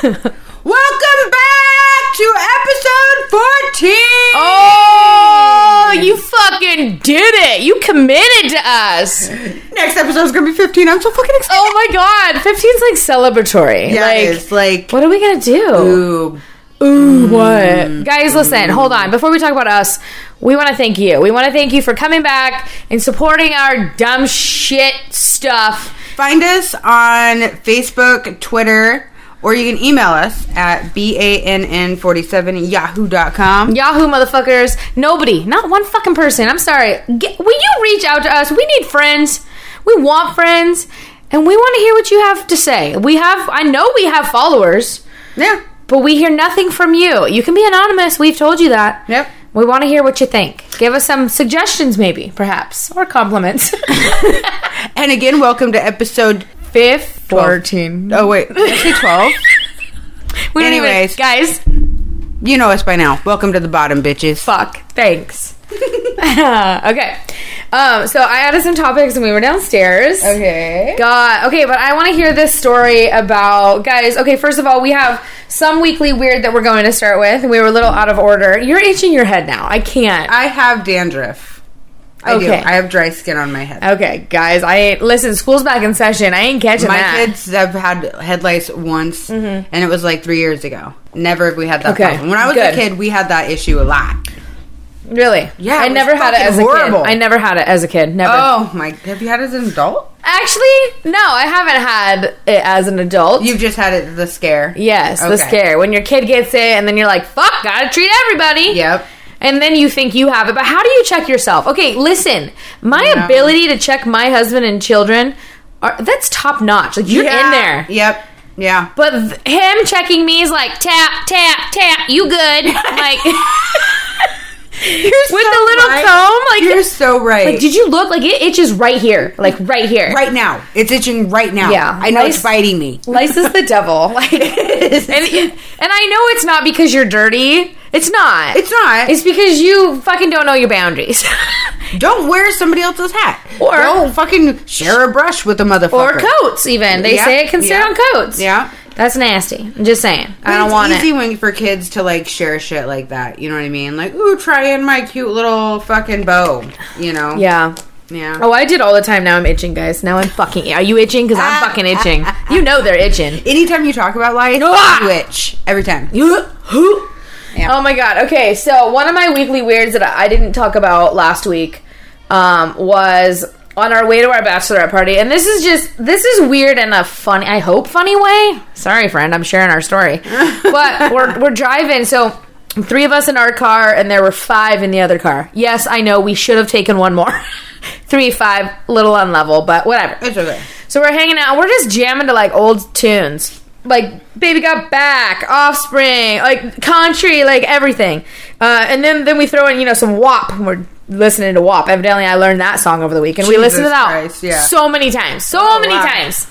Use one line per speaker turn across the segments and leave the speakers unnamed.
Welcome back to episode 14!
Oh, you fucking did it. You committed to us.
Next episode's gonna be 15. I'm so fucking excited.
Oh my god. 15's like celebratory.
yeah,
like
it's like,
what are we going to do?
ooh,
Ooh, what? Guys, listen, hold on. Before we talk about us, we want to thank you. We want to thank you for coming back and supporting our dumb shit stuff.
Find us on Facebook, Twitter, or you can email us at bann47 yahoo.com.
Yahoo motherfuckers. Nobody, not one fucking person. I'm sorry. Get, will you reach out to us? We need friends. We want friends. And we want to hear what you have to say. We have, I know we have followers,
Yeah.
but we hear nothing from you. You can be anonymous. We've told you that.
Yep.
We want to hear what you think. Give us some suggestions, maybe, perhaps, or compliments.
And again, welcome to episode.
Fifth,
14. Oh, wait. Did I say 12?
We don't
Anyways.
even, guys.
you know us by now. Welcome to the bottom, bitches.
Fuck. Thanks. okay. Um, so I added some topics and we were downstairs.
Okay.
God. Okay, but I want to hear this story about guys. Okay, first of all, we have some weekly weird that we're going to start with. We were a little out of order. You're itching your head now. I can't.
I have dandruff. I do.
Okay.
I have dry skin on my head.
okay, guys. I ain't listen. School's back in session. I ain't catching
My
that.
kids have had head lice once, and it was like three years ago. Never have we had that
Mm-hmm. Okay,
problem. When I was a
good.
kid, we had that issue a lot.
Really?
Yeah,
I
it was
never had it
fucking
as
horrible.
a kid. I never had it as a kid. Never.
Oh my! Have you had it as an adult?
Actually, no. I haven't had it as an adult.
You've just had it the scare.
Yes, the
Okay.
scare. When your kid gets it and then you're like, fuck, gotta treat everybody.
Yep.
And then you think you have it. But how do you check yourself? Okay, listen, my
No.
ability to check my husband and children are that's top notch. Like you're
Yeah.
in there.
Yep. Yeah.
But th- him checking me is like tap, tap, tap, you good. Like with the little
right.
comb, like
You're so right.
like, did you look? Like it itches right here. Like right here.
right now, it's itching right now.
Yeah.
I know it's
Lice-
biting me.
Lice is the devil. Like and, and I know it's not because you're dirty. It's not.
It's not.
It's because you fucking don't know your boundaries.
don't wear somebody else's hat.
Or-
don't fucking share a brush with a motherfucker.
or coats, even. They
Yeah,
say it can sit
yeah,
on coats.
yeah.
That's nasty. I'm just saying. I don't
it's
want
easy
it.
when for kids to like share shit like that. You know what I mean? Like, ooh, try in my cute little fucking bow. You know?
Yeah.
Yeah.
Oh, I did all the time. Now I'm itching, guys. Now I'm fucking. Are you itching? Because I'm fucking itching. You know they're itching.
Anytime you talk about life,
Ah!
you itch every time. Yeah.
Oh my god. Okay, so one of my weekly weirds that I didn't talk about last week um, was on our way to our bachelorette party, and this is just this is weird in a funny, I hope funny way. Sorry, friend, I'm sharing our story, but we're we're driving, so three of us in our car, and there were five in the other car. Yes, I know we should have taken one more. three, five, little unlevel, but whatever.
It's okay.
So we're hanging out. We're just jamming to like old tunes, like "Baby Got Back," "Offspring," like country, like everything. Uh, and then then we throw in you know some WAP. And we're listening to WAP. Evidently, I learned that song over the weekend. we
Jesus
listened to that
Christ, yeah. Oh,
so many times, so many
wow.
times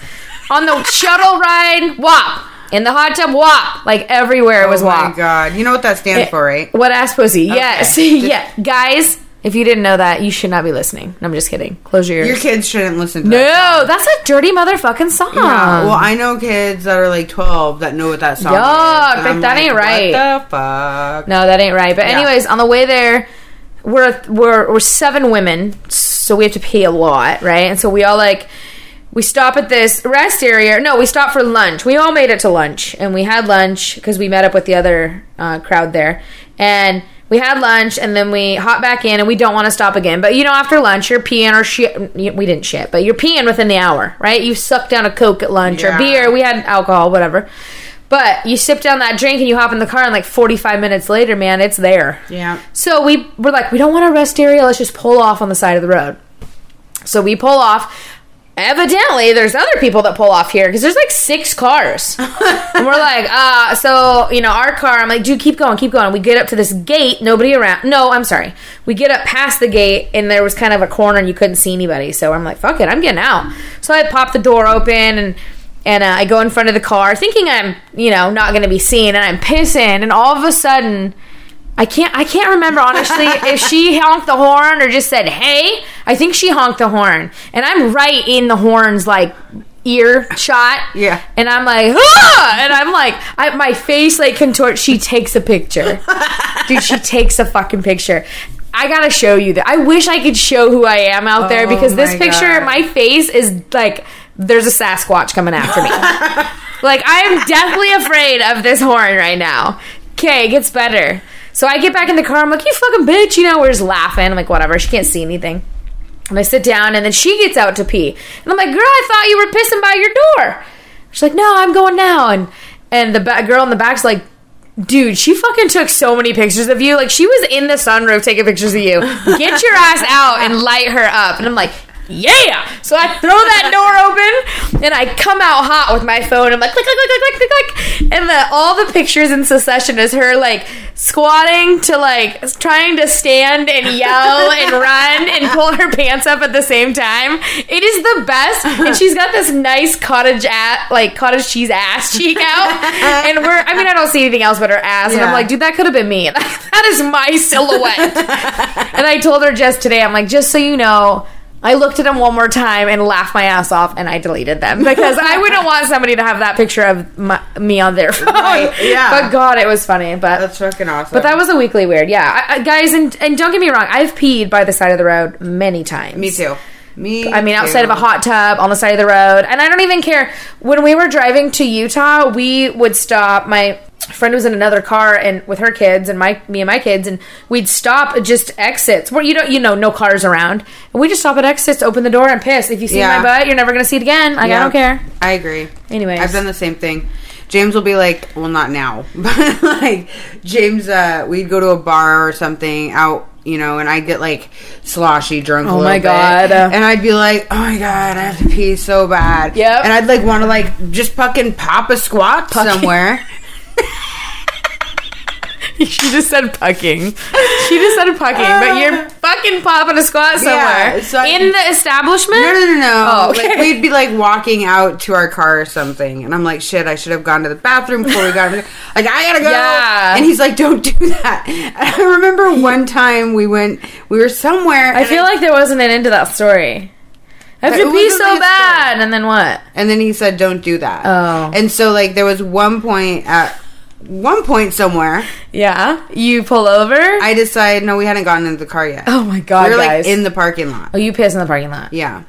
on the shuttle ride. WAP in the hot tub. WAP like everywhere it was Eh.
oh my
WAP.
god. You know what that stands for, right?
What ass pussy? Yes,
Just-
yeah, guys. If you didn't know that, you should not be listening. No, I'm just kidding. Close your ears.
Your kids shouldn't listen to that.
no, Um. that's a dirty motherfucking song.
Yeah, well, I know kids that are like 12 that know what that song
Yo,
is. and
but
I'm
that
like,
ain't right.
What the fuck?
No, that ain't right. But anyways, on the way there, we're we're we're seven women, so we have to pee a lot, right? And so we all like we stop at this rest area. No, we stop for lunch. We all made it to lunch, and we had lunch because we met up with the other uh, crowd there, and. We had lunch and then we hop back in and we don't want to stop again. But you know, after lunch, you're peeing or shit. We didn't shit, but you're peeing within the hour, right? You suck down a Coke at lunch
Yeah.
or beer. We had alcohol, whatever. But you sip down that drink and you hop in the car, and like 45 minutes later, man, it's there.
Yeah.
So we were like, we don't want to rest area. Let's just pull off on the side of the road. So we pull off. Evidently, there's other people that pull off here because there's like six cars. and we're like, uh, so, you know, our car, I'm like, dude, keep going, keep going. We get up to this gate, nobody around. No, I'm sorry. We get up past the gate, and there was kind of a corner, and you couldn't see anybody. So I'm like, fuck it, I'm getting out. So I pop the door open, and and uh, I go in front of the car, thinking I'm, you know, not going to be seen, and I'm pissing, and all of a sudden, I can't I can't remember honestly if she honked the horn or just said hey. I think she honked the horn, and I'm right in the horn's like ear shot.
Yeah.
And I'm like, ah! and I'm like, I, my face like contorts. She takes a picture, dude. She takes a fucking picture. I gotta show you that. I wish I could show who I am out there
Oh
because this
my
picture,
God.
my face is like, there's a Sasquatch coming after me. Like I am deathly afraid of this horn right now. Okay, it gets better. So I get back in the car. I'm like, you fucking bitch. You know, we're just laughing. I'm like, whatever. She can't see anything. And I sit down, and then she gets out to pee. And I'm like, girl, I thought you were pissing by your door. She's like, no, I'm going now. And and the ba- girl in the back's like, dude, she fucking took so many pictures of you. Like she was in the sunroof taking pictures of you. Get your ass out and light her up. And I'm like, yeah. So I throw that door open and I come out hot with my phone. I'm like, click, click, click, click, click, click, click. And the, all the pictures in succession is her like squatting to like trying to stand and yell and run and pull her pants up at the same time. It is the best. And she's got this nice cottage at like cottage cheese ass cheek out. And we're, I mean, I don't see anything else but her ass. And I'm
Yeah.
like, dude, that could have been me. that is my silhouette. and I told her just today, I'm like, just so you know, I looked at them one more time and laughed my ass off, and I deleted them because I wouldn't want somebody to have that picture of my, me on their phone.
Right, yeah.
But God, it was funny. But
That's fucking awesome.
but that was a weekly weird. Yeah, I, I, guys, and and don't get me wrong, I've peed by the side of the road many times.
me too. Me.
I mean, outside of
too.
a hot tub on the side of the road. And I don't even care. When we were driving to Utah, we would stop. My friend was in another car and with her kids and my me and my kids, and we'd stop at just exits where you don't you know no cars around, and we just stop at exits, open the door, and piss. If you see
Yeah.
my butt, you're never gonna see it again. Like, I
Yeah.
don't care.
I agree.
Anyways.
I've done the same thing. James will be like, well, not now, but like James, uh, we'd go to a bar or something out, you know, and I'd get like sloshy drunk. a
Oh,
little
my
bit.
God.
And I'd be like, oh my god, I have to pee so bad.
Yep.
And I'd like want to like just fucking pop a squat somewhere.
she just said pucking. She just said pucking, but you're fucking popping a squat somewhere
Yeah, so I-
in the establishment.
No, no, no, no.
Oh, okay.
Like we'd be like walking out to our car or something, and I'm like, shit, I should have gone to the bathroom before we got. in the-" like I gotta go.
Yeah.
And he's like, don't do that. And I remember one time we went, we were somewhere.
I
and
feel like there wasn't an end to that story. I have to pee
There wasn't really a
so
story.
bad, and then what?
And then he said, "Don't do that."
Oh.
And so like there was one point at one point somewhere
Yeah, you pull over.
I decided no, we hadn't gotten into the car yet.
oh my god,
we were
guys!
like in the parking lot.
oh, you piss in the parking lot.
Yeah,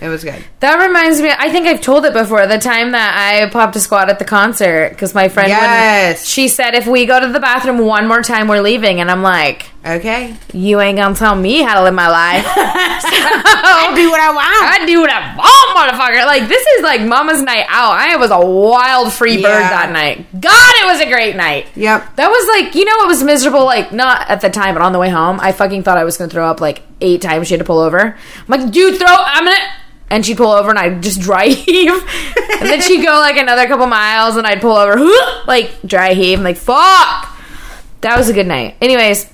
it was good.
That reminds me. I think I've told it before. The time that I popped a squat at the concert because my friend, wouldn't-
Yes.
she said if we go to the bathroom one more time, we're leaving, and I'm like,
Okay,
you ain't gonna tell me how to live my life.
I'll do what I want.
I do what I want, motherfucker. Like this is like Mama's night out. I was a wild free bird
Yeah.
that night. God, it was a great night.
Yep.
That was like, you know, it was miserable. Like, not at the time, but on the way home, I fucking thought I was gonna throw up like eight times. She had to pull over. I'm like, dude, throw. I'm gonna. And she'd pull over, and I'd just dry heave. and then she'd go like another couple miles, and I'd pull over, like dry heave. I'm like, fuck. That was a good night. Anyways,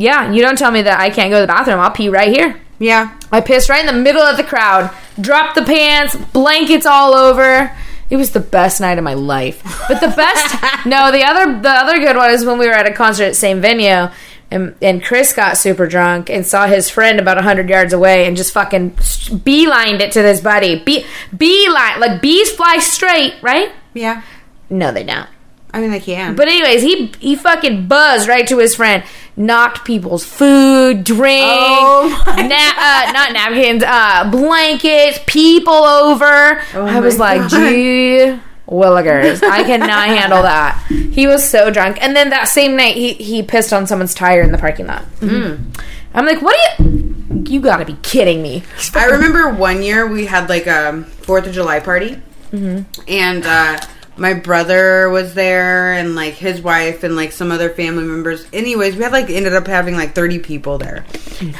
yeah, you don't tell me that I can't go to the bathroom. I'll pee right here.
Yeah.
I pissed right in the middle of the crowd. Dropped the pants, blankets all over. It was the best night of my life. But the best no, the other the other good one is when we were at a concert at the same venue and and Chris got super drunk and saw his friend about 100 yards away and just fucking beelined it to this buddy. Be beeline like bees fly straight, right?
Yeah.
No, they don't.
I mean, they can.
But anyways, he he fucking buzzed right to his friend, knocked people's food, drink,
Oh my
na- uh, not napkins, uh, blankets, people over. I was
Oh my
like,
God.
gee. Willigers, I cannot handle that. He was so drunk, and then that same night he he pissed on someone's tire in the parking lot.
Mm-hmm.
Mm. I'm like, what do you? You gotta be kidding me!
I remember one year we had like a Fourth of July party,
Mm-hmm.
and uh, my brother was there, and like his wife, and like some other family members. Anyways, we had like ended up having like thirty people there,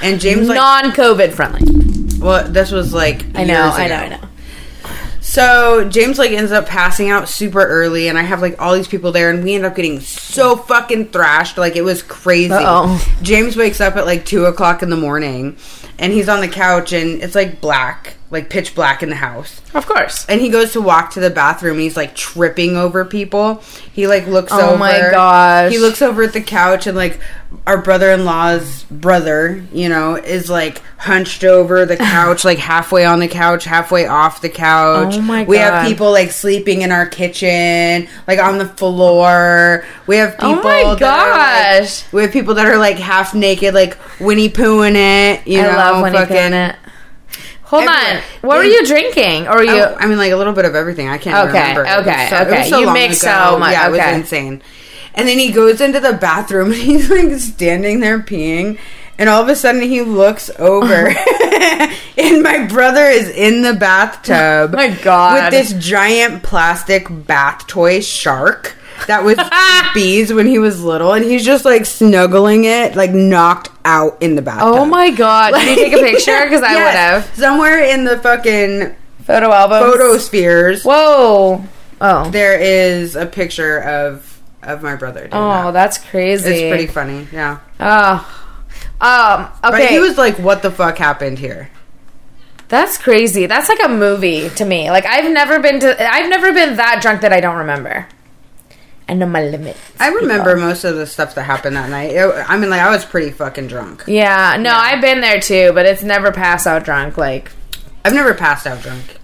and James like
Non-COVID friendly.
well, this was like
I know,
years
I know,
ago.
I know.
So James like ends up passing out super early, and I have like all these people there, and we end up getting so fucking thrashed, like it was crazy.
Uh-oh.
James wakes up at like two o'clock in the morning, and he's on the couch, and it's like black, like pitch black in the house.
Of course.
And he goes to walk to the bathroom. He's like tripping over people. He like looks over.
Oh my gosh.
He looks over at the couch and like our brother-in-law's brother, you know, is like hunched over the couch, like halfway on the couch, halfway off the couch.
Oh my
We have
God.
people like sleeping in our kitchen, like on the floor. We have people.
Oh my
that are, like-
gosh.
we have people that are like half naked, like Winnie poohing it. You
I
know,
love when
fucking-
you put in it. Hold
Everywhere.
on. What were
Yeah.
you drinking? Or were you?
Oh, I mean, like a little bit of everything. I can't
Okay,
remember. It was
okay,
so- it was
okay.
so
You
long
mix
ago.
so much,
Yeah, it
okay.
was insane. And then he goes into the bathroom and he's like standing there peeing. And all of a sudden he looks over. and my brother is in the bathtub.
My God.
With this giant plastic bath toy shark that was bees when he was little. And he's just like snuggling it, like knocked out in the bathtub.
oh my god! Did you take a
Like-
picture? Because I
Yes.
would have
Somewhere in the fucking
photo album.
photospheres.
Whoa! Oh.
There is a picture of of my brother. Doing
Oh,
oh,
that's crazy.
it's pretty funny. Yeah,
Oh. Um.
but
Okay.
he was like, "What the fuck happened here?"
That's crazy. That's like a movie to me. Like I've never been to I've never been that drunk that I don't remember. I know my limit.
I remember most of the stuff that happened that night. It- I mean, like I was pretty fucking drunk.
Yeah, no, I've been there too, but it's never pass out drunk. Like,
I've never passed out drunk.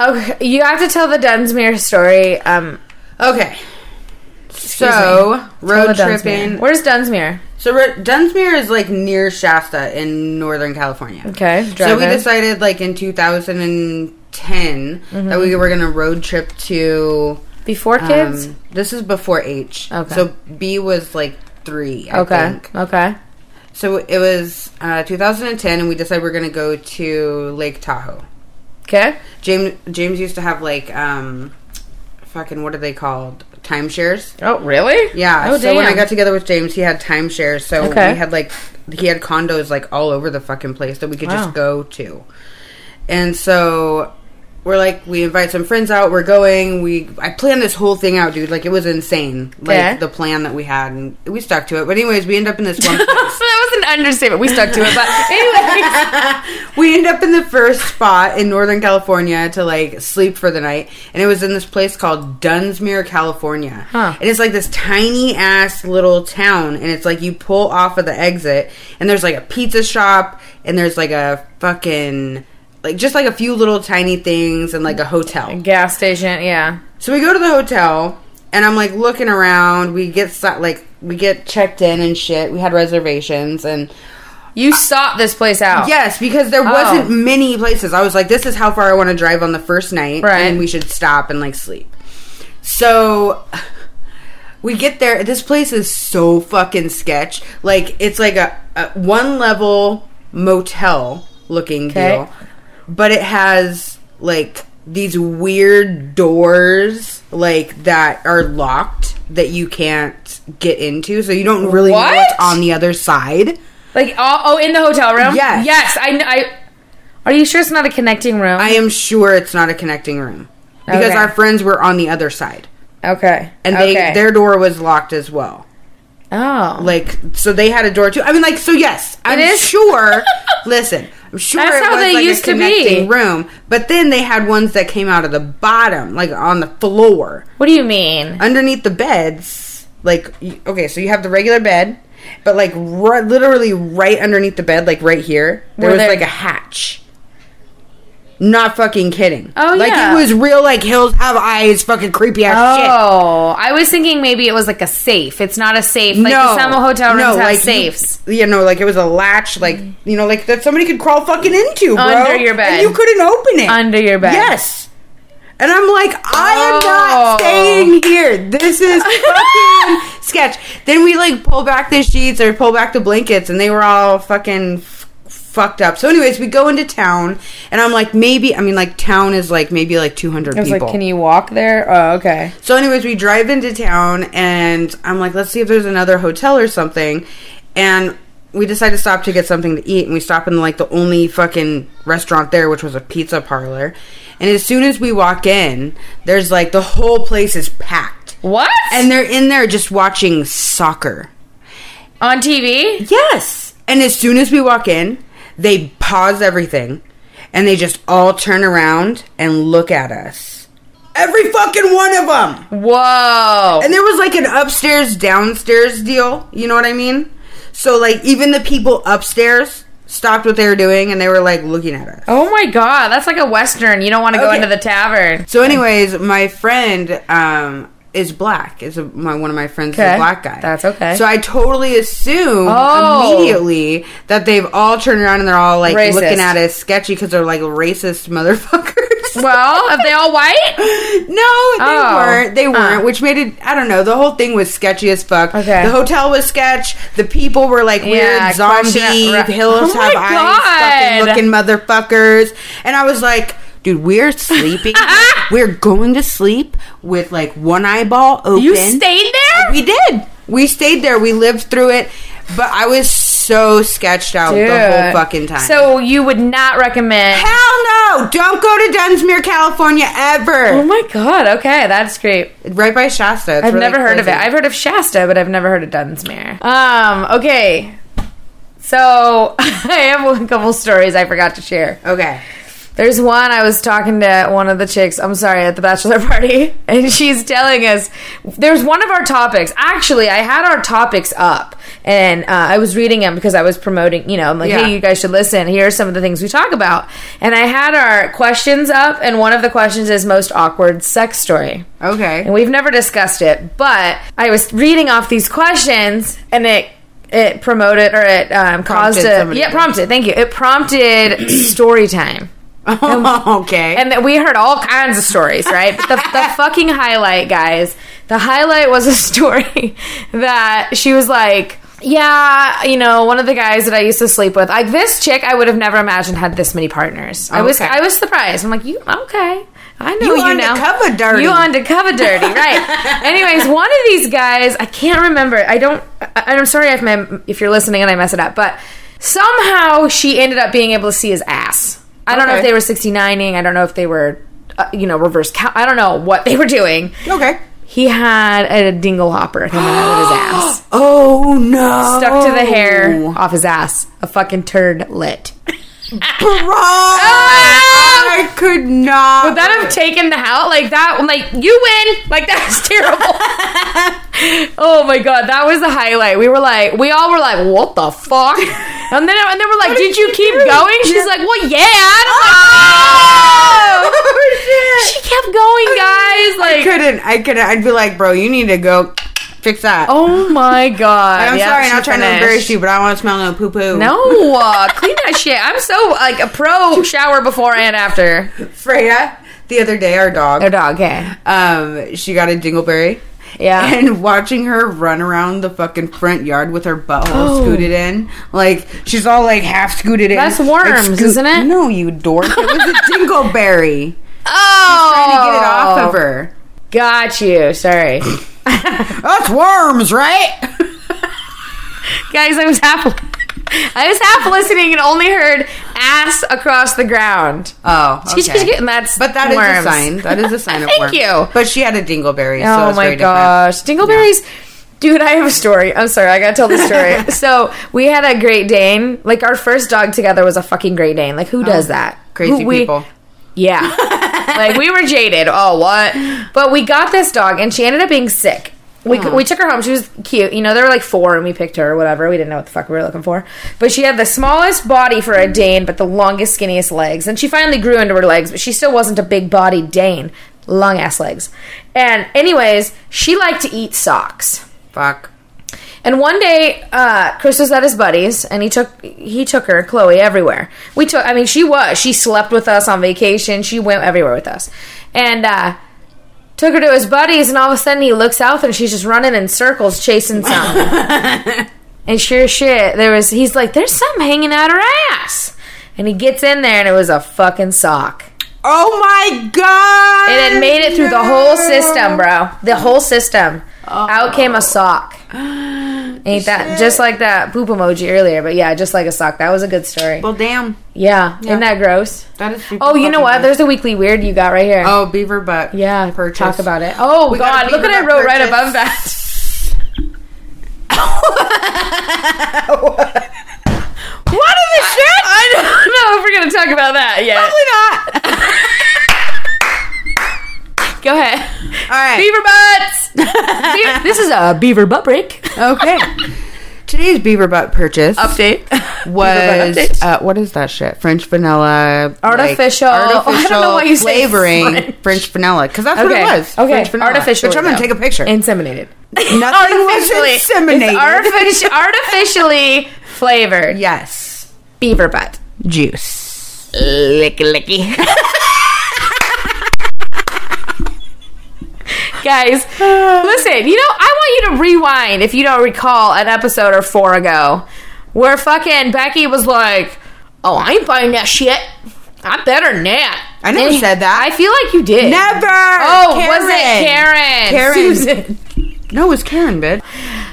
okay, you have to tell the Dunsmuir story. Um,
Okay, so
tell
road
the Dunsmuir.
tripping.
Where's Dunsmuir?
So ro- Dunsmuir is like near Shasta in Northern California.
Okay,
So
drive
we
in.
decided like in 2010
Mm-hmm.
that we were gonna road trip to
Before kids.
Um, this is before H.
Okay.
So B was like three. I
okay,
Think.
okay.
So it was uh, 2010, and we decided we are gonna go to Lake Tahoe.
Okay.
James James used to have like um, fucking what are they called? Timeshares.
Oh, really?
Yeah.
Oh,
so when I
damn.
got together with James, he had timeshares. So
Okay.
we had like he had condos like all over the fucking place that we could
Wow.
just go to. And so we're like we invite some friends out, we're going, we I planned this whole thing out, dude. Like it was insane. Like
Okay.
the plan that we had and we stuck to it. But anyways, we end up in this one
that was an understatement. We stuck to it, but anyway.
we end up in the first spot in Northern California to like sleep for the night, and it was in this place called Dunsmuir, California.
Huh.
And it's like this tiny ass little town, and it's like you pull off of the exit, and there's like a pizza shop, and there's like a fucking like just like a few little tiny things, and like a hotel.
Gas station. Yeah.
So we go to the hotel, and I'm like looking around. We get si- like we get checked in and shit. We had reservations, and
You sought this place out. Oh.
Yes, because there wasn't many places. I was like, this is how far I want to drive on the first night,
Right.
and we should stop and like sleep. So we get there. This place is so fucking sketch. Like it's like a, a one level motel looking
Okay.
deal, but it has like these weird doors like that are locked that you can't get into, so you don't really know what's
What?
on the other side.
Like oh, oh in the hotel room.
Yes.
Yes. I. kn- I. Are you sure it's not a connecting room?
I am sure it's not a connecting room because
Okay.
our friends were on the other side
okay.
and they
okay.
their door was locked as well.
Oh.
Like so they had a door too. I mean like so yes, I'm
is-
sure. listen, I'm sure
That's
it
how
was
they
like
used
a
to be.
connecting room, but then they had ones that came out of the bottom like on the floor
what do you mean?
underneath the beds. Like y- okay, so you have the regular bed, but like ri- literally right underneath the bed like right here, there
Were
was
there-
like a hatch. Not fucking kidding.
Oh,
like
yeah.
it was real. Like hills have eyes. Fucking creepy ass Uh, shit.
Oh, I was thinking maybe it was like a safe. It's not a safe. Like some hotel rooms have
like,
safes.
You, you know, like it was a latch, like you know, like that somebody could crawl fucking into, bro.
Under your bed.
and you couldn't open it
Under your bed.
Yes. And I'm like, I
Oh.
am not staying here. This is fucking sketch. Then we like pull back the sheets or pull back the blankets, and they were all fucking f- fucked up. So, anyways, we go into town, and I'm like, maybe. I mean, like, town is like maybe like 200
I was
people.
like, can you walk there? Oh, okay.
So, anyways, we drive into town, and I'm like, let's see if there's another hotel or something. And we decide to stop to get something to eat, and we stop in like the only fucking restaurant there, which was a pizza parlor. And as soon as we walk in, there's like the whole place is packed,
What?
and they're in there just watching soccer.
on TV?
Yes. And as soon as we walk in, they pause everything and they just all turn around and look at us. Every fucking one of them.
Whoa.
And there was like an upstairs downstairs deal, you know what I mean? So like even the people upstairs stopped what they were doing and they were like looking at us.
oh my god, that's like a western. You don't want to go
Okay.
into the tavern.
So anyways, my friend um is black. Is a, my one of my friends is
Okay.
a black guy.
That's okay.
So I totally assume
Oh.
immediately that they've all turned around and they're all like
Racist.
looking at us sketchy because they're like racist motherfuckers.
Well, are they all white?
No, they
Oh.
weren't. They weren't,
Uh.
which made it. I don't know. The whole thing was sketchy as fuck.
Okay.
The hotel was sketch. The people were like
Yeah,
weird zombie
question- right.
hills
Oh
have
my
eyes
God.
fucking looking motherfuckers. And I was like, dude, we're sleeping. we're going to sleep with like one eyeball open.
You stayed there?
We did. We stayed there. We lived through it. But I was so sketched out the whole
Dude.
fucking time.
So you would not recommend.
Hell no! Don't go to Dunsmuir, California ever.
Oh my god. Okay, that's great.
Right by Shasta. It's
I've
really
never heard of it.
crazy.
I've heard of Shasta, but I've never heard of Dunsmuir. Um. Okay. So I have a couple stories I forgot to share.
okay.
There's one I was talking to one of the chicks, I'm sorry, at the bachelor party, and she's telling us there's one of our topics. Actually, I had our topics up and uh, I was reading them because I was promoting, you know, I'm like,
Yeah.
hey, you guys should listen. Here are some of the things we talk about. And I had our questions up, and one of the questions is most awkward sex story.
Okay.
And we've never discussed it, but I was reading off these questions and it it promoted or it um, caused a
somebody
yeah
to-
prompted thank you it prompted story time
okay.
and that we heard all kinds of stories, right? But the, the fucking highlight, guys. The highlight was a story that she was like, yeah, you know, one of the guys that I used to sleep with, like this chick, I would have never imagined had this many partners. I was,
Okay.
I was surprised. I'm like, you okay? I know
You
you, now.
undercover dirty.
You undercover dirty, right? Anyways, one of these guys, I can't remember. I don't. I, I'm sorry if my, if you're listening and I mess it up, but somehow she ended up being able to see his ass. I don't know
Okay.
if they were 69ing. I don't know if they were, uh, you know, reverse count. I don't know what they were doing.
okay.
He had a dingle hopper coming out of his ass,
Oh no.
stuck to the hair off his ass. A fucking turd lit.
Bro, I could not.
Would Ah! that have taken the house like that? I'm like, you win. Like that's terrible. oh my god, that was the highlight. We were like, we all were like, what the fuck? And then and then we're like, did you keep going? She's like, well, yeah. And I'm like, "Oh!"
Oh, shit.
She kept going, guys.
I
Like,
couldn't. I couldn't. I'd be like, bro, you need to go fix that.
oh my god.
I'm
Yeah,
sorry,
she
not trying to
finished.
embarrass you, but I don't want to smell no poo poo.
No, uh, clean that shit. I'm so like a pro shower before and after.
Freya, the other day, our
Their
dog,
dog, okay.
um, she got a dingleberry.
Yeah.
And watching her run around the fucking front yard with her butthole
Oh.
scooted in. Like, she's all like half scooted in.
That's worms, isn't it?
No, you dork. It was a dingleberry.
Oh,
Trying to get it off of her.
Got you. Sorry.
That's worms, right?
Guys, I was half I was half listening and only heard ass across the ground.
Oh, okay.
And that's
But that is
worms.
a sign. That is a sign of
Thank
worms.
you.
But she had a dingleberry, so
Oh
it's
my
very
gosh. Dingleberries. Dude, I have a story. I'm sorry, I gotta tell the story. so we had a Great Dane. Like our first dog together was a fucking Great Dane. Like who does that?
different. Oh, Crazy
Who- we-
people.
Yeah. like we were jaded. Oh, what? But we got this dog and she ended up being sick. We, we took her home. She was cute. You know, there were like four and we picked her or whatever. We didn't know what the fuck we were looking for. But she had the smallest body for a Dane, but the longest, skinniest legs. And she finally grew into her legs, but she still wasn't a big bodied Dane. Long ass legs. And, anyways, she liked to eat socks.
Fuck.
And one day, uh, Chris was at his buddy's, and he took he took her Chloe everywhere. We took. I mean, she was. She slept with us on vacation. She went everywhere with us, and uh, took her to his buddies. And all of a sudden, he looks out, and she's just running in circles, chasing something. and sure as shit, there was. He's like, "There's something hanging out her ass," and he gets in there, and it was a fucking sock.
Oh my god!
It had made it through the whole system, bro. The whole system. Out came a sock. Ain't that just like that poop emoji earlier? But yeah, just like a sock. That was a good story.
Well, damn.
Yeah, isn't that gross?
That is. super
Oh, you know
fucking
what?
gross.
There's a weekly weird you got right here.
Oh, beaver butt.
yeah,
purchase.
talk about it. Oh
We got a
God, look what I
beaver
wrote right
purchase.
above that. what in the shit? I don't know if we're gonna talk about that yet.
Probably not.
Go ahead.
All right.
Beaver butts. Be- this is a beaver butt break
Okay. Today's beaver butt purchase
update.
was
Beaver butt update.
uh, what is that shit? French vanilla, like,
Artificial- I don't
artificial
know why you say
flavoring
French.
French, vanilla because that's
Okay.
what it was.
Okay.
French vanilla.
Artificially,
Which I'm gonna
though.
take a picture.
Inseminated.
Nothing was inseminated.
It's artifici- artificially flavored.
yes,
Beaver butt.
juice.
Licky licky. Guys, listen, you know, I want you to rewind if you don't recall an episode or four ago where fucking Becky was like, Oh, I ain't buying that shit. I better not.
I never said that.
I feel like you did.
Never.
Oh, was it Karen?
Karen.
Susan.
No, it was Karen, bitch.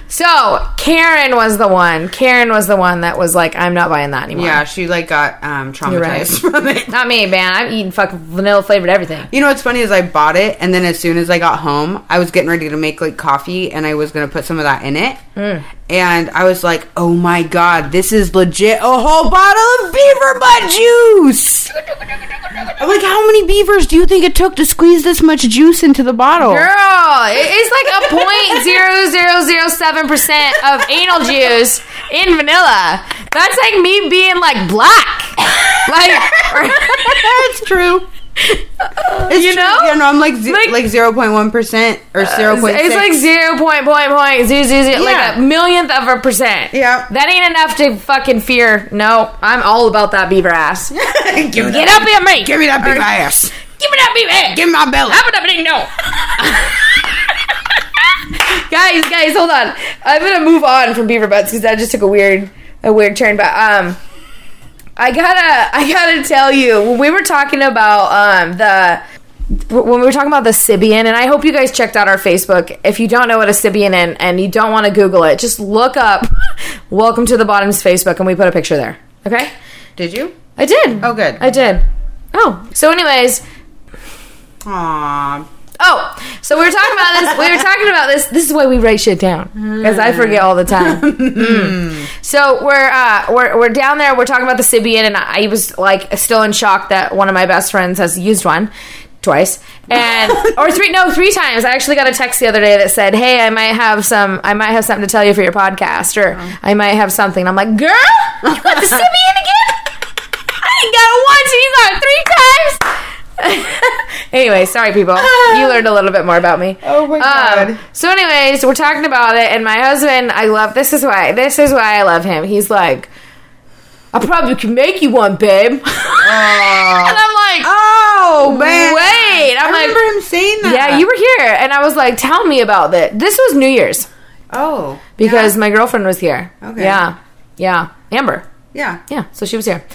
So Karen was the one. Karen was the one that was like, "I'm not buying that anymore."
Yeah, she like got um,
right.
traumatized from it.
Not me, man. I'm eating fucking vanilla flavored everything.
You know what's funny is I bought it, and then as soon as I got home, I was getting ready to make like coffee, and I was gonna put some of that in it. And I was like, "Oh my god, this is legit! A whole bottle of beaver butt juice!" I'm like, "How many beavers do you think it took to squeeze this much juice into the bottle?"
Girl, it is like a point zero zero zero seven percent of anal juice in vanilla. That's like me being like black. Like,
That's true. It's
You
true.
know?
yeah, no, I'm Uh, like Uh, ze-
Like-
like zero point one percent or zero point six.
it's like zero point point point zero zero zero, like
Yeah.
a millionth of a percent.
Yeah.
that ain't enough to fucking fear. No, I'm all about that beaver ass. Get
like give me
up here, me.
Give me that big ass.
Give me that beaver. ass.
Give me my belly.
Have it ding dong. guys, guys, hold on. I'm gonna move on from beaver butts because that just took a weird, a weird turn. But um, I gotta, I gotta tell you, when we were talking about um the. When we were talking about the Sibian, and I hope you guys checked out our Facebook. If you don't know what a Sibian is and you don't want to Google it, just look up Welcome to the Bottoms Facebook and we put a picture there. Okay?
Did you?
I did.
Oh, good.
I did. Oh. So, anyways,
Aww.
Oh, so we were talking about this. We were talking about this. This is why we write shit down because I forget all the time. Mm. So we're uh, we're we're down there. We're talking about the Sibian, and I was like still in shock that one of my best friends has used one twice and or three no three times i actually got a text the other day that said hey i might have some i might have something to tell you for your podcast or i might have something i'm like girl you got the sibian again I ain't got it once and you got it three times. anyway, sorry people. You learned a little bit more about me.
Oh my God.
Um, so anyways, we're talking about it and my husband, I love this is why this is why I love him. He's like I probably can make you one, babe. and I'm like,
Oh man!
Wait,
I
I'm like-
remember him saying that.
yeah, you were here. And I was like, tell me about that. This was New Year's
Oh,
because my girlfriend was here.
Okay.
Yeah. Yeah. Amber.
yeah.
Yeah, so she was here.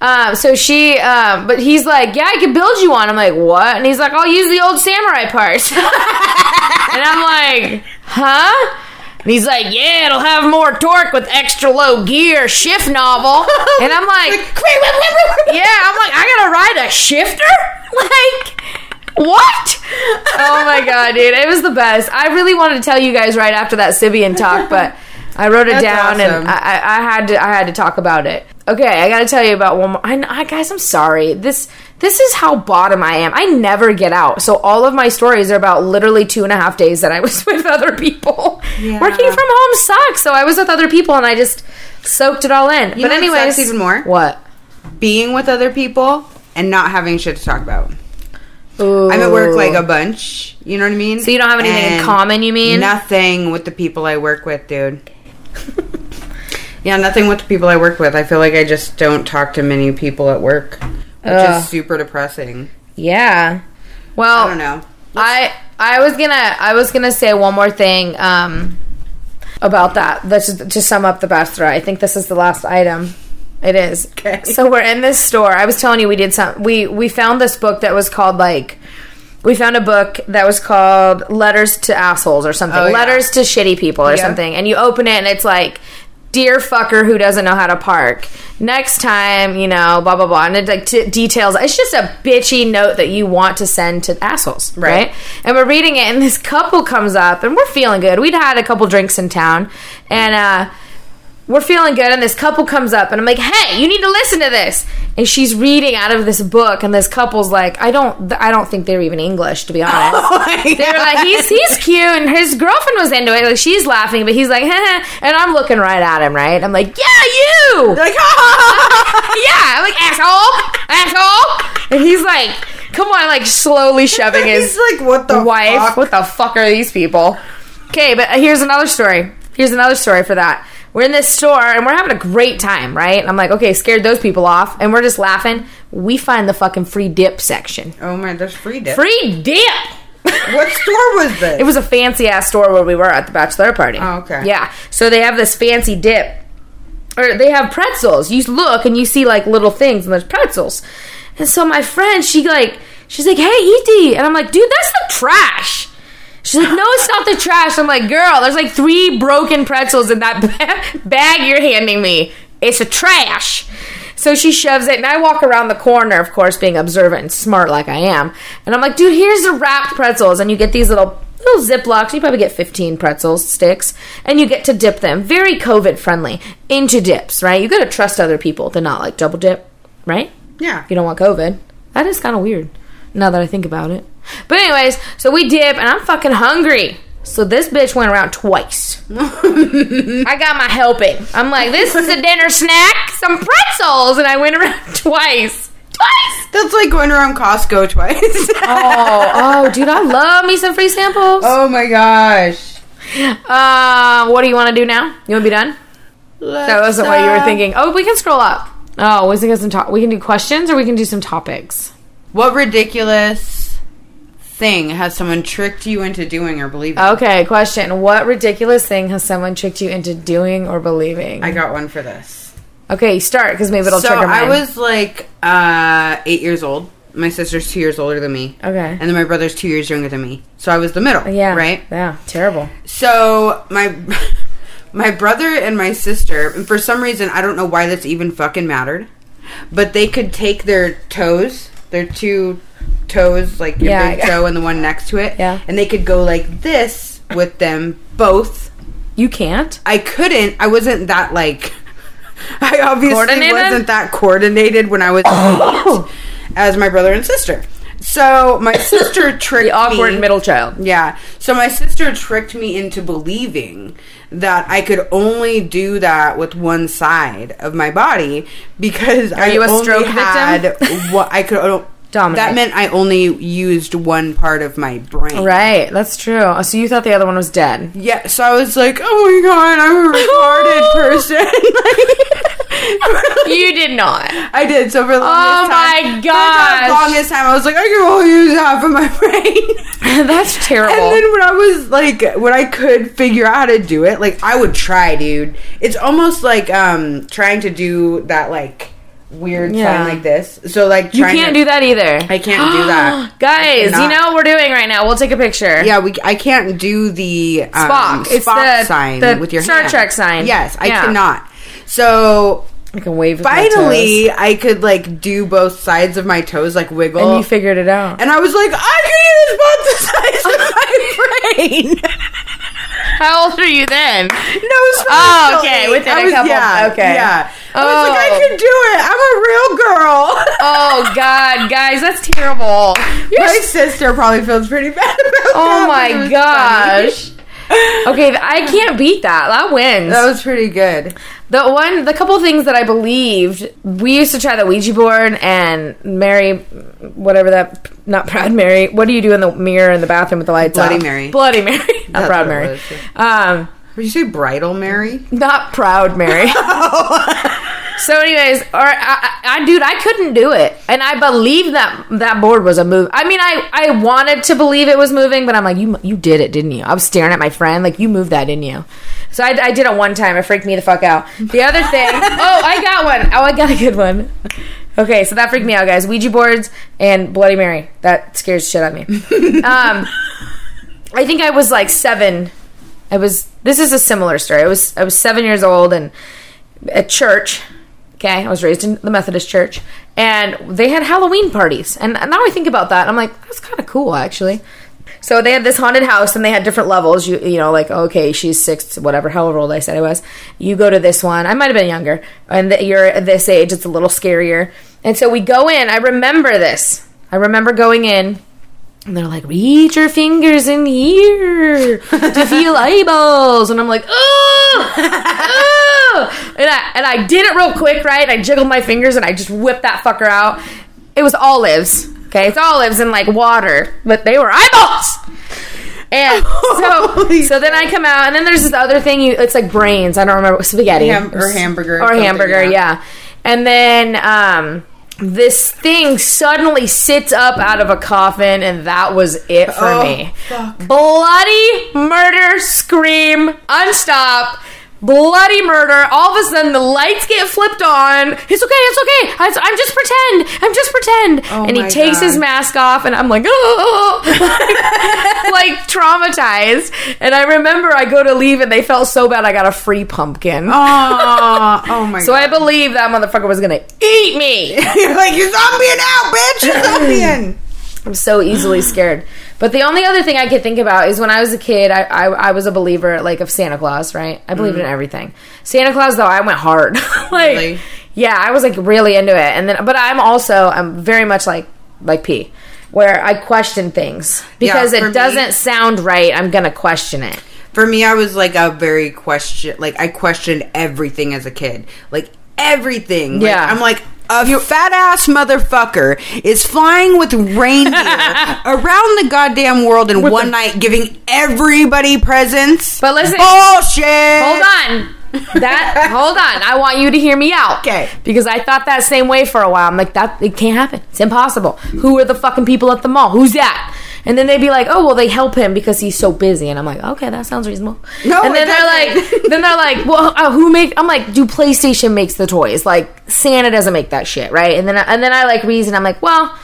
Um, so she, um, but he's like, yeah, I could build you one. I'm like, what? And he's like, I'll use the old samurai parts. and I'm like, huh? And he's like, yeah, it'll have more torque with extra low gear, shift novel. And I'm like, yeah, I'm like, I gotta ride a shifter? Like, what? Oh my god, dude, it was the best. I really wanted to tell you guys right after that Sibian talk, but I wrote it
That's
down
awesome.
and I, I, I had to I had to talk about it. Okay, I gotta tell you about one more. I, I guys, I'm sorry. This this is how bottom I am. I never get out, so all of my stories are about literally two and a half days that I was with other people.
Yeah.
Working from home sucks, so I was with other people and I just soaked it all in. but
know what
anyways,
sucks even more?
What?
Being with other people and not having shit to talk about. I'm at work like a bunch. You know what I mean?
So you don't have anything in
And
common, you mean?
Nothing with the people I work with, dude. yeah, nothing with the people I work with. I feel like I just don't talk to many people at work, which
Ugh. Oh.
is super depressing.
Yeah. Well,
I don't know.
I I was gonna I was gonna say one more thing um, about that. That's just, to sum up the bachelor. I think this is the last item. It is.
Okay.
So we're in this store. I was telling you we did some. We we found this book that was called like. We found a book that was called Letters to Assholes or something.
Oh, yeah.
Letters to Shitty People or
Yeah.
something. And you open it and it's like, Dear fucker who doesn't know how to park. Next time, you know, blah, blah, blah. And it like t- details. It's just a bitchy note that you want to send to assholes, right?
Right.
And we're reading it, and this couple comes up, and we're feeling good. We'd had a couple drinks in town, and uh, we're feeling good and this couple comes up and i'm like hey you need to listen to this and she's reading out of this book and this couple's like i don't i don't think they're even english to be honest
my
they were like he's he's cute and his girlfriend was into it like she's laughing but he's like Heh heh. and i'm looking right at him right i'm like yeah you
They're like, ha
yeah i'm like asshole asshole and he's like come on like slowly shoving his
He's like, what the
wife.
fuck?
What the fuck are these people? Okay, but here's another story. Here's another story for that. We're in this store and we're having a great time, right? I'm like, okay, scared those people off, and we're just laughing. We find the fucking free dip section.
Oh my, there's free dip.
Free dip.
What store was this?
It was a fancy ass store where we were at the bachelor party.
Oh, okay.
Yeah. So they have this fancy dip, or they have pretzels. You look and you see like little things, and there's pretzels. And so my friend, she like, she's like, "Hey, Edie," and I'm like, "Dude, that's the trash." She's like, "No, it's not the trash." I'm like, "Girl, there's like three broken pretzels in that ba- bag you're handing me. It's a trash." So she shoves it, and I walk around the corner, of course, being observant and smart like I am. And I'm like, dude, here's the wrapped pretzels. And you get these little little Ziplocs. You probably get 15 pretzels sticks, and you get to dip them. Very COVID friendly into dips, right? You got to trust other people to not like double dip, right?
yeah.
You don't want COVID. That is kind of weird now that I think about it. But, anyways, so we dip, and I'm fucking hungry. So this bitch went around twice. I got my helping. I'm like, this is a dinner snack, some pretzels, and I went around twice. Twice.
That's like going around Costco twice.
Oh, oh, dude, I love me some free samples.
oh my gosh.
Uh, what do you want to do now? You want to be done? That wasn't what you were
uh,
thinking. Oh, we can scroll up. Oh, we can get some. To- we can do questions or we can do some topics.
What ridiculous thing has someone tricked you into doing or believing?
Okay, question. What ridiculous thing has someone tricked you into doing or believing?
I got one for this.
okay, start because maybe it'll
so
trigger mine.
I was like uh, eight years old. My sister's two years older than me.
okay.
And then my brother's two years younger than me. So I was the middle.
yeah.
Right?
Yeah. Terrible.
So my my brother and my sister, and for some reason I don't know why this even fucking mattered, but they could take their toes, their two toes, like your
Yeah,
big
I-
toe and the one next to it,
Yeah.
and they could go like this with them both.
You can't.
I couldn't. I wasn't that like. I obviously
Coordinated?
wasn't that coordinated when I was eight as my brother and sister. So my sister tricked
The awkward
me.
middle child.
Yeah. So my sister tricked me into believing that I could only do that with one side of my body because I
you a
only
stroke victim?
had what I could. o-
Dominant.
That meant I only used one part of my brain.
Right. That's true. Oh, So you thought the other one was dead.
Yeah. So I was like, oh my god, I'm a retarded person. Like-
you did not.
I did. So for the longest
Oh my
time, for the
gosh.
longest time, I was like, I can only use half of my brain.
That's terrible.
And then when I was like, when I could figure out how to do it, like I would try, dude. It's almost like um trying to do that like weird
Yeah.
sign like this. So like
you
trying
can't
to,
do that either.
I can't do that.
Guys,
I
you know
cannot.
what we're doing right now. We'll take a picture.
Yeah, we. I can't do the um,
Spock.
Spock
It's the-
sign
the
with your
Star
hand.
Trek sign.
Yes, I
Yeah.
cannot. So
I can wave. with my
finally, I could like do both sides of my toes, like wiggle.
toes. and you figured it out.
And I was like, I can use both the sides of my brain.
How old are you then?
No, it's fine.
Oh,
Still
okay,
eight.
within
I
a
was,
couple-
Yeah,
okay.
Yeah. I was like,
Oh.
I can do it. I'm a real girl.
Oh God, guys, that's terrible. You're
my
s-
sister probably feels pretty bad about that.
oh
but it
my
was
gosh.
funny.
Okay, th- I can't beat that. That wins.
That was pretty good.
The one, the couple things that I believed, we used to try the Ouija board and Mary, whatever that, not Proud Mary. What do you do in the mirror in the bathroom with the lights
Bloody
off?
Mary.
Bloody Mary, not
That's
Proud
what it
Mary.
was,
Um,
Would you say bridal Mary?
not Proud Mary. so, anyways, or I, I, I, dude, I couldn't do it, and I believed that that board was a move. I mean, I, I wanted to believe it was moving, but I'm like, you, you did it, didn't you? I was staring at my friend, like you moved that, didn't you? So I, I did it one time. It freaked me the fuck out. The other thing, oh, I got one. Oh, I got a good one. Okay, so that freaked me out, guys. Ouija boards and Bloody Mary. That scares shit out of me. Um, I think I was like seven. I was. This is a similar story. I was. I was seven years old and at church. Okay, I was raised in the Methodist church, and they had Halloween parties. And now I think about that, I'm like, that's kind of cool, actually. So they had this haunted house, and they had different levels. You you know, like okay, she's six, whatever, however old I said I was. You go to this one. I might have been younger, and th- you're at this age. It's a little scarier. And so we go in. I remember this. I remember going in, and they're like, "Reach your fingers in here to feel eyeballs," and I'm like, "Oh, oh!" And I and I did it real quick, right? I jiggled my fingers and I just whipped that fucker out. It was olives, okay? It's olives and like water, but they were eyeballs. And so,
Holy
so then I come out, and then there's this other thing. You, it's like brains. I don't remember spaghetti
Ham- or hamburger,
or
something,
hamburger. Yeah.
yeah.
Yeah. And then um, this thing suddenly sits up out of a coffin, and that was it for
Oh,
me.
fuck.
Bloody murder scream, unstop. Bloody murder! All of a sudden, the lights get flipped on. It's okay. It's okay. I- I'm just pretend. I'm just pretend.
Oh
and he
my
takes his
God.
mask off, and I'm like, oh, like traumatized. And I remember I go to leave, and they felt so bad. I got a free pumpkin.
Oh, oh my
So I
god.
believe that motherfucker was gonna eat me.
You're like, you're zombieing out, bitch! You're zombieing!
I'm so easily scared. But the only other thing I could think about is when I was a kid, I, I, I was a believer like of Santa Claus, right? I believed in everything. Santa Claus though, I went hard. like,
Mm. Really?
yeah, I was like really into it. And then, but I'm also I'm very much like like P, where I question things because
for
it
me-
doesn't sound right. I'm gonna question it.
For me, I was like a very question, like I questioned everything as a kid, like everything. Like,
Yeah.
I'm like a fat ass motherfucker is flying with reindeer around the goddamn world in one night, giving everybody presents.
But listen-
bullshit.
Hold on. That hold on. I want you to hear me out.
Okay.
Because I thought that same way for a while. I'm like, that it can't happen. It's impossible. Who are the fucking people at the mall? Who's that? And then they'd be like, "Oh, well, they help him because he's so busy." And I'm like, "Okay, that sounds reasonable."
No,
and then
it
they're
doesn't.
like, then they're like, "Well, uh, who make?" I'm like, "Do PlayStation makes the toys? Like Santa doesn't make that shit, right?" And then I, and then I like reason. I'm like, "Well,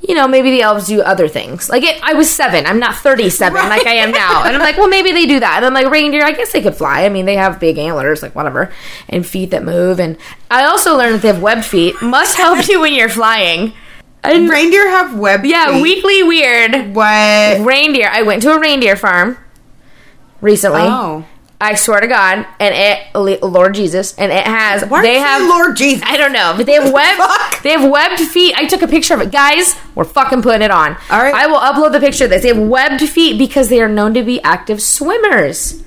you know, maybe the elves do other things. Like it, I was seven. I'm not 37 like I am now. And I'm like, well, maybe they do that. And I'm like, reindeer, I guess they could fly. I mean, they have big antlers, like whatever, and feet that move. And I also learned that they have webbed feet. Must help you when you're flying. And
Reindeer have web.
yeah,
feet.
weekly weird
What?
reindeer. I went to a reindeer farm recently.
Oh,
I swear to God, and it, Lord Jesus, and it has.
why
they
they
have
Lord Jesus?
I don't know, but they have webbed.
Fuck.
They have webbed feet. I took a picture of it, guys. We're fucking putting it on.
All right.
I will upload the picture of this. They have webbed feet because they are known to be active swimmers.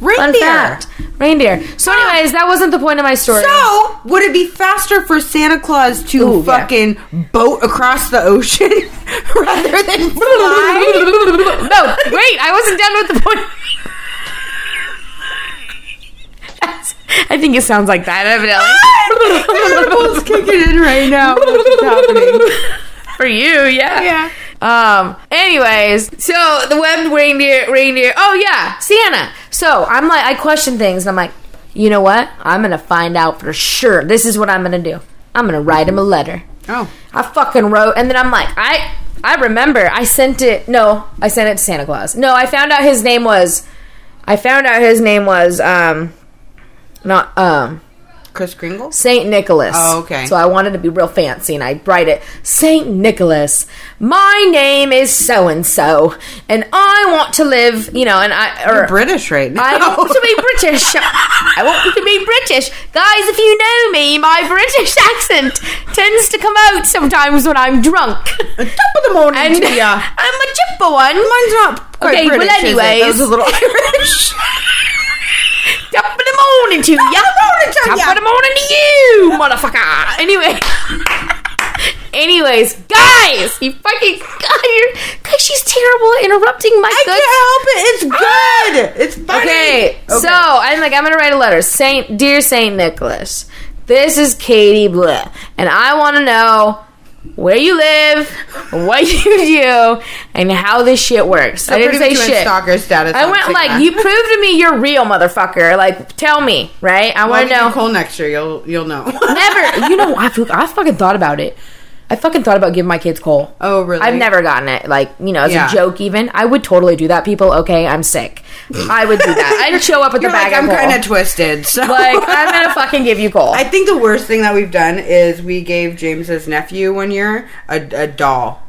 Fun
Reindeer.
fact, reindeer. So, anyways, that wasn't the point of my story.
So, would it be faster for Santa Claus to
Ooh, yeah.
fucking boat across the ocean rather than fly?
no, wait, I wasn't done with the point. That's- I think it sounds like that,
Ah, Terrible's
evidently.
kicking in right now. What's happening?
For you,
Yeah.
Um. Anyways, so the webbed reindeer, reindeer. Oh yeah, Santa. So I'm like, I question things, and I'm like, you know what? I'm gonna find out for sure. This is what I'm gonna do. I'm gonna write him a letter.
Oh.
I fucking wrote, and then I'm like, I, I remember, I sent it. No, I sent it to Santa Claus. No, I found out his name was, I found out his name was, um, not um.
Chris Kringle?
Saint Nicholas.
Oh, okay.
So I wanted to be real fancy, and I write it Saint Nicholas. My name is so and so, and I want to live. You know, and I or
British right now.
I want to be British. I want to be British, guys. If you know me, my British accent tends to come out sometimes when I'm drunk.
Top of the morning
And
to ya.
I'm a chipper one.
Mine's not quite
Okay, well,
British, is it? That
anyways.
was a little Irish.
Top of the morning to you.
Top of the morning to
Top
ya.
of the morning to you, motherfucker. Anyway. Anyways, guys, you fucking God, you're, guys, she's terrible at interrupting my
I
good.
can't help it. It's good. It's funny.
Ah! Okay, so I'm like, I'm gonna write a letter, Saint, dear Saint Nicholas. This is Katie Bleh, and I want to know where you live, what you do, and how this shit works. I didn't
pretty
say
much you went
shit.
Stalker status.
I
on
went
Sigma.
like, you prove to me you're real, motherfucker. Like, tell me, right? I
I'll
want
give you
to know.
Cole next year. You'll you'll know.
Never, you know, I, fu- I fucking thought about it. I fucking thought about giving my kids coal.
Oh, really?
I've never gotten it. Like, you know, as
Yeah.
a joke, even. I would totally do that, people. Okay, I'm sick. I would do that. I'd show up at
You're
the bag
like, I'm
of coal.
kind of twisted. So
like, I'm gonna fucking give you coal.
I think the worst thing that we've done is we gave James's nephew one year a, a doll,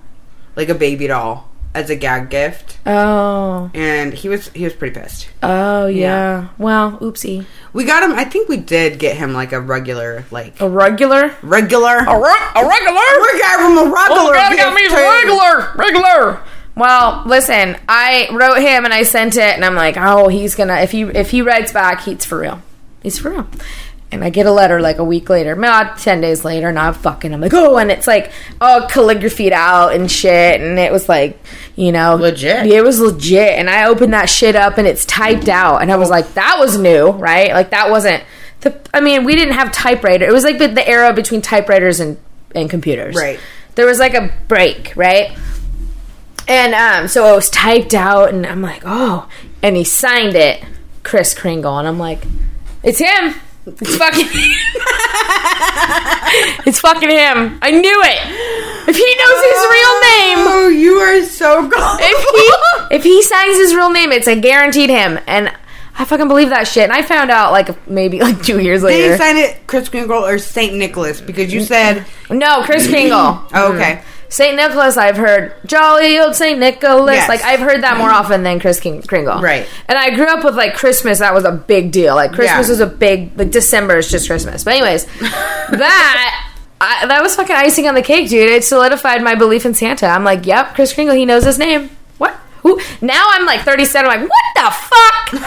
like a baby doll. as a gag gift,
Oh.
and he was he was pretty pissed.
Oh yeah. Well, oopsie.
We got him. I think we did get him like a regular, like
A regular.
regular.
A, a regular.
We got him a regular.
Oh, God,
gift
got me
too.
regular, regular. Well, listen, I wrote him and I sent it, and I'm like, oh, he's gonna if he if he writes back, he's for real. He's for real. And I get a letter like a week later, not ten days later, not fucking. I'm like, oh, and it's like all calligraphied out and shit, and it was like, you know,
Legit.
It was legit, and I opened that shit up, and it's typed out, and I was like, that was new, right? Like that wasn't the. I mean, we didn't have typewriter. It was like the, the era between typewriters and and computers,
Right.
there was like a break, right? And um, so it was typed out, and I'm like, oh. And he signed it, Chris Kringle, and I'm like, it's him. It's fucking. it's fucking him. I knew it. If he knows his real name,
Oh, you are so
if
cool.
he if he signs his real name, it's a guaranteed him. And I fucking believe that shit. And I found out like maybe like two years
Did
later.
he sign it Chris Kringle or Saint Nicholas? Because
Mm-hmm.
you said
no, Chris Kringle.
oh,
Mm-hmm.
okay.
St. Nicholas, I've heard jolly old St. Nicholas.
Yes. Mm-hmm.
Like I've heard that more often than Chris King- Kringle.
Right.
And I grew up with like Christmas. That was a big deal. Like Christmas
Yeah.
was a big like December is just Christmas. But anyways, that. I, that was fucking icing on the cake, dude. It solidified my belief in Santa. I'm like, yep, Chris Kringle, he knows his name. What? Who? Now I'm like 37. I'm like, what the fuck?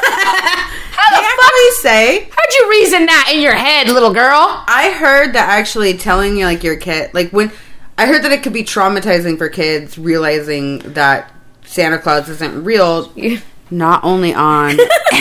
How
They
the fuck?
actually say
How'd you reason that in your head, little girl?
I heard that actually telling you like your kid like when I heard that it could be traumatizing for kids realizing that Santa Claus isn't real. Not only on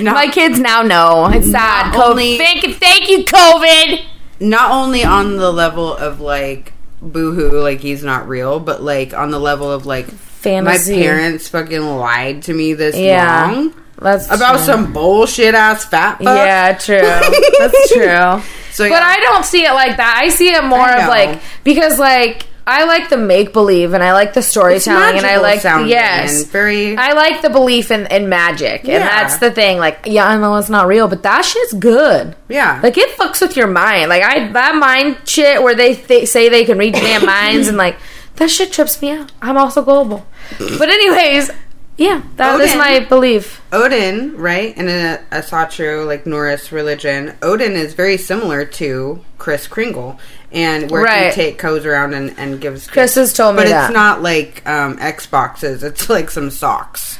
not,
My kids now know. It's sad. COVID.
only-
thank, you- thank you, COVID.
not only on the level of like boohoo, like he's not real, but like on the level of like
Fantasy.
my parents fucking lied to me this
Yeah.
long
That's
about
true.
some bullshit ass fat fuck.
Yeah, true. That's true.
So,
But
yeah.
I don't see it like that. I see it more
I
of
know.
like because like I like the make believe and I like the storytelling and I
magical
like
sounding
yes.
and very-
I like the belief in, in magic and
Yeah.
that's the thing. Like yeah, I know it's not real, but that shit's good.
Yeah.
Like it fucks with your mind. Like I that mind shit where they th- say they can read damn minds and like that shit trips me out. I'm also gullible. But anyways, yeah, that is
Odin.
my belief.
Odin, right? And in a, a Satru, like Norse religion, Odin is very similar to Chris Kringle, and where
Right.
he take goes around and, and gives.
Chris has told me
but
that.
it's not like um, Xboxes; it's like some socks.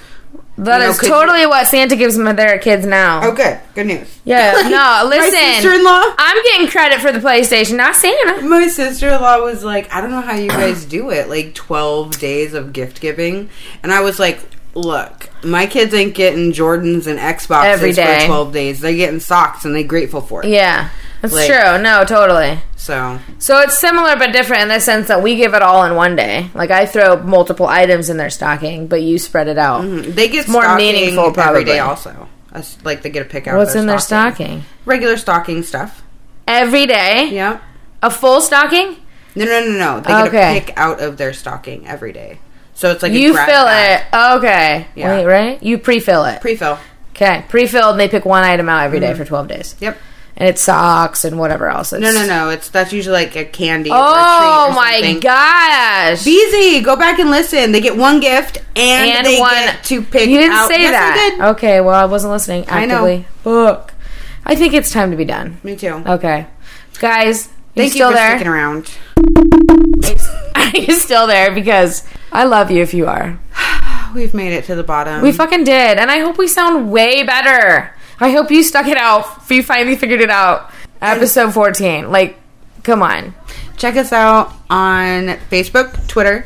That
You know,
is
'cause you-
totally what Santa gives my- their kids now.
Oh, good, good news.
Yeah, no, listen.
my sister-in-law.
I'm getting credit for the PlayStation, not Santa.
My sister-in-law was like, "I don't know how you guys do it, like twelve days of gift giving," and I was like. Look, my kids ain't getting Jordans and Xboxes
Every day.
for twelve days. They're getting socks, and they're grateful for it.
Yeah, that's
Like-
true. No, totally.
So
So it's similar but different in the sense that we give it all in one day. Like I throw multiple items in their stocking, but you spread it out.
They get
more
more
meaningful,
meaningful
probably.
every day also. Us- Like they get a pick out.
What's
their
in their
stockings.
stocking?
Regular stocking stuff.
Every day,
Yep.
a full stocking.
No, no, no, no. They
Okay.
get a pick out of their stocking every day. So it's like
You
a grab
fill
bag.
it. Okay.
Yeah.
Wait, right? You pre-fill it.
Pre-fill.
okay. Pre-filled, and they pick one item out every day for 12 days.
Yep.
And it's socks and whatever else. It's,
Mm-hmm. No, no, no. It's that's usually like a candy.
Oh
or a treat or
my
something.
gosh.
Easy. Go back and listen. They get one gift and,
and
they
one
get to pick.
You didn't
out.
say
Yes,
that. Oh.
I did.
Okay, well I wasn't listening
I know.
actively. Book. I think it's time to be done.
Me too.
Okay, guys, you're
Thank you
Oh, still
for sticking
there.
around.
Are you still there? Because I love you if you are.
We've made it to the bottom.
We fucking did, and I hope we sound way better. I hope you stuck it out. You finally figured it out. Episode fourteen. Like, come on.
Check us out on Facebook, Twitter,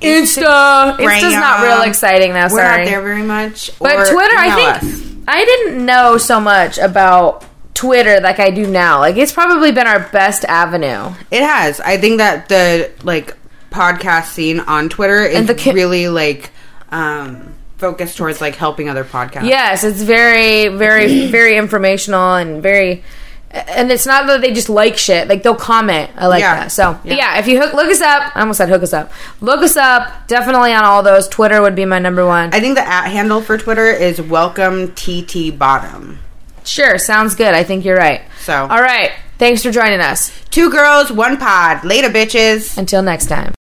Insta. Insta's not real
Instagram.
exciting though.
We're
Oh, sorry.
not there very much.
But
or
Twitter,
email
I
us.
think I didn't know so much about Twitter like I do now. Like it's probably been our best avenue.
it has. I think that the like podcast scene on Twitter is
And the ki-
really like um focused towards like helping other podcasts.
Yes, it's very, very, very informational and very. And it's not that they just like shit; like they'll comment. I like
Yeah.
that. So yeah.
Yeah.
if you hook, look us up. I almost said hook us up. Look us up. Definitely on all those. Twitter would be my number one.
I think the at handle for Twitter is welcome TT Bottom.
sure, sounds good. I think you're right.
So
All right, thanks for joining us.
two girls, one pod. Later, bitches.
Until next time.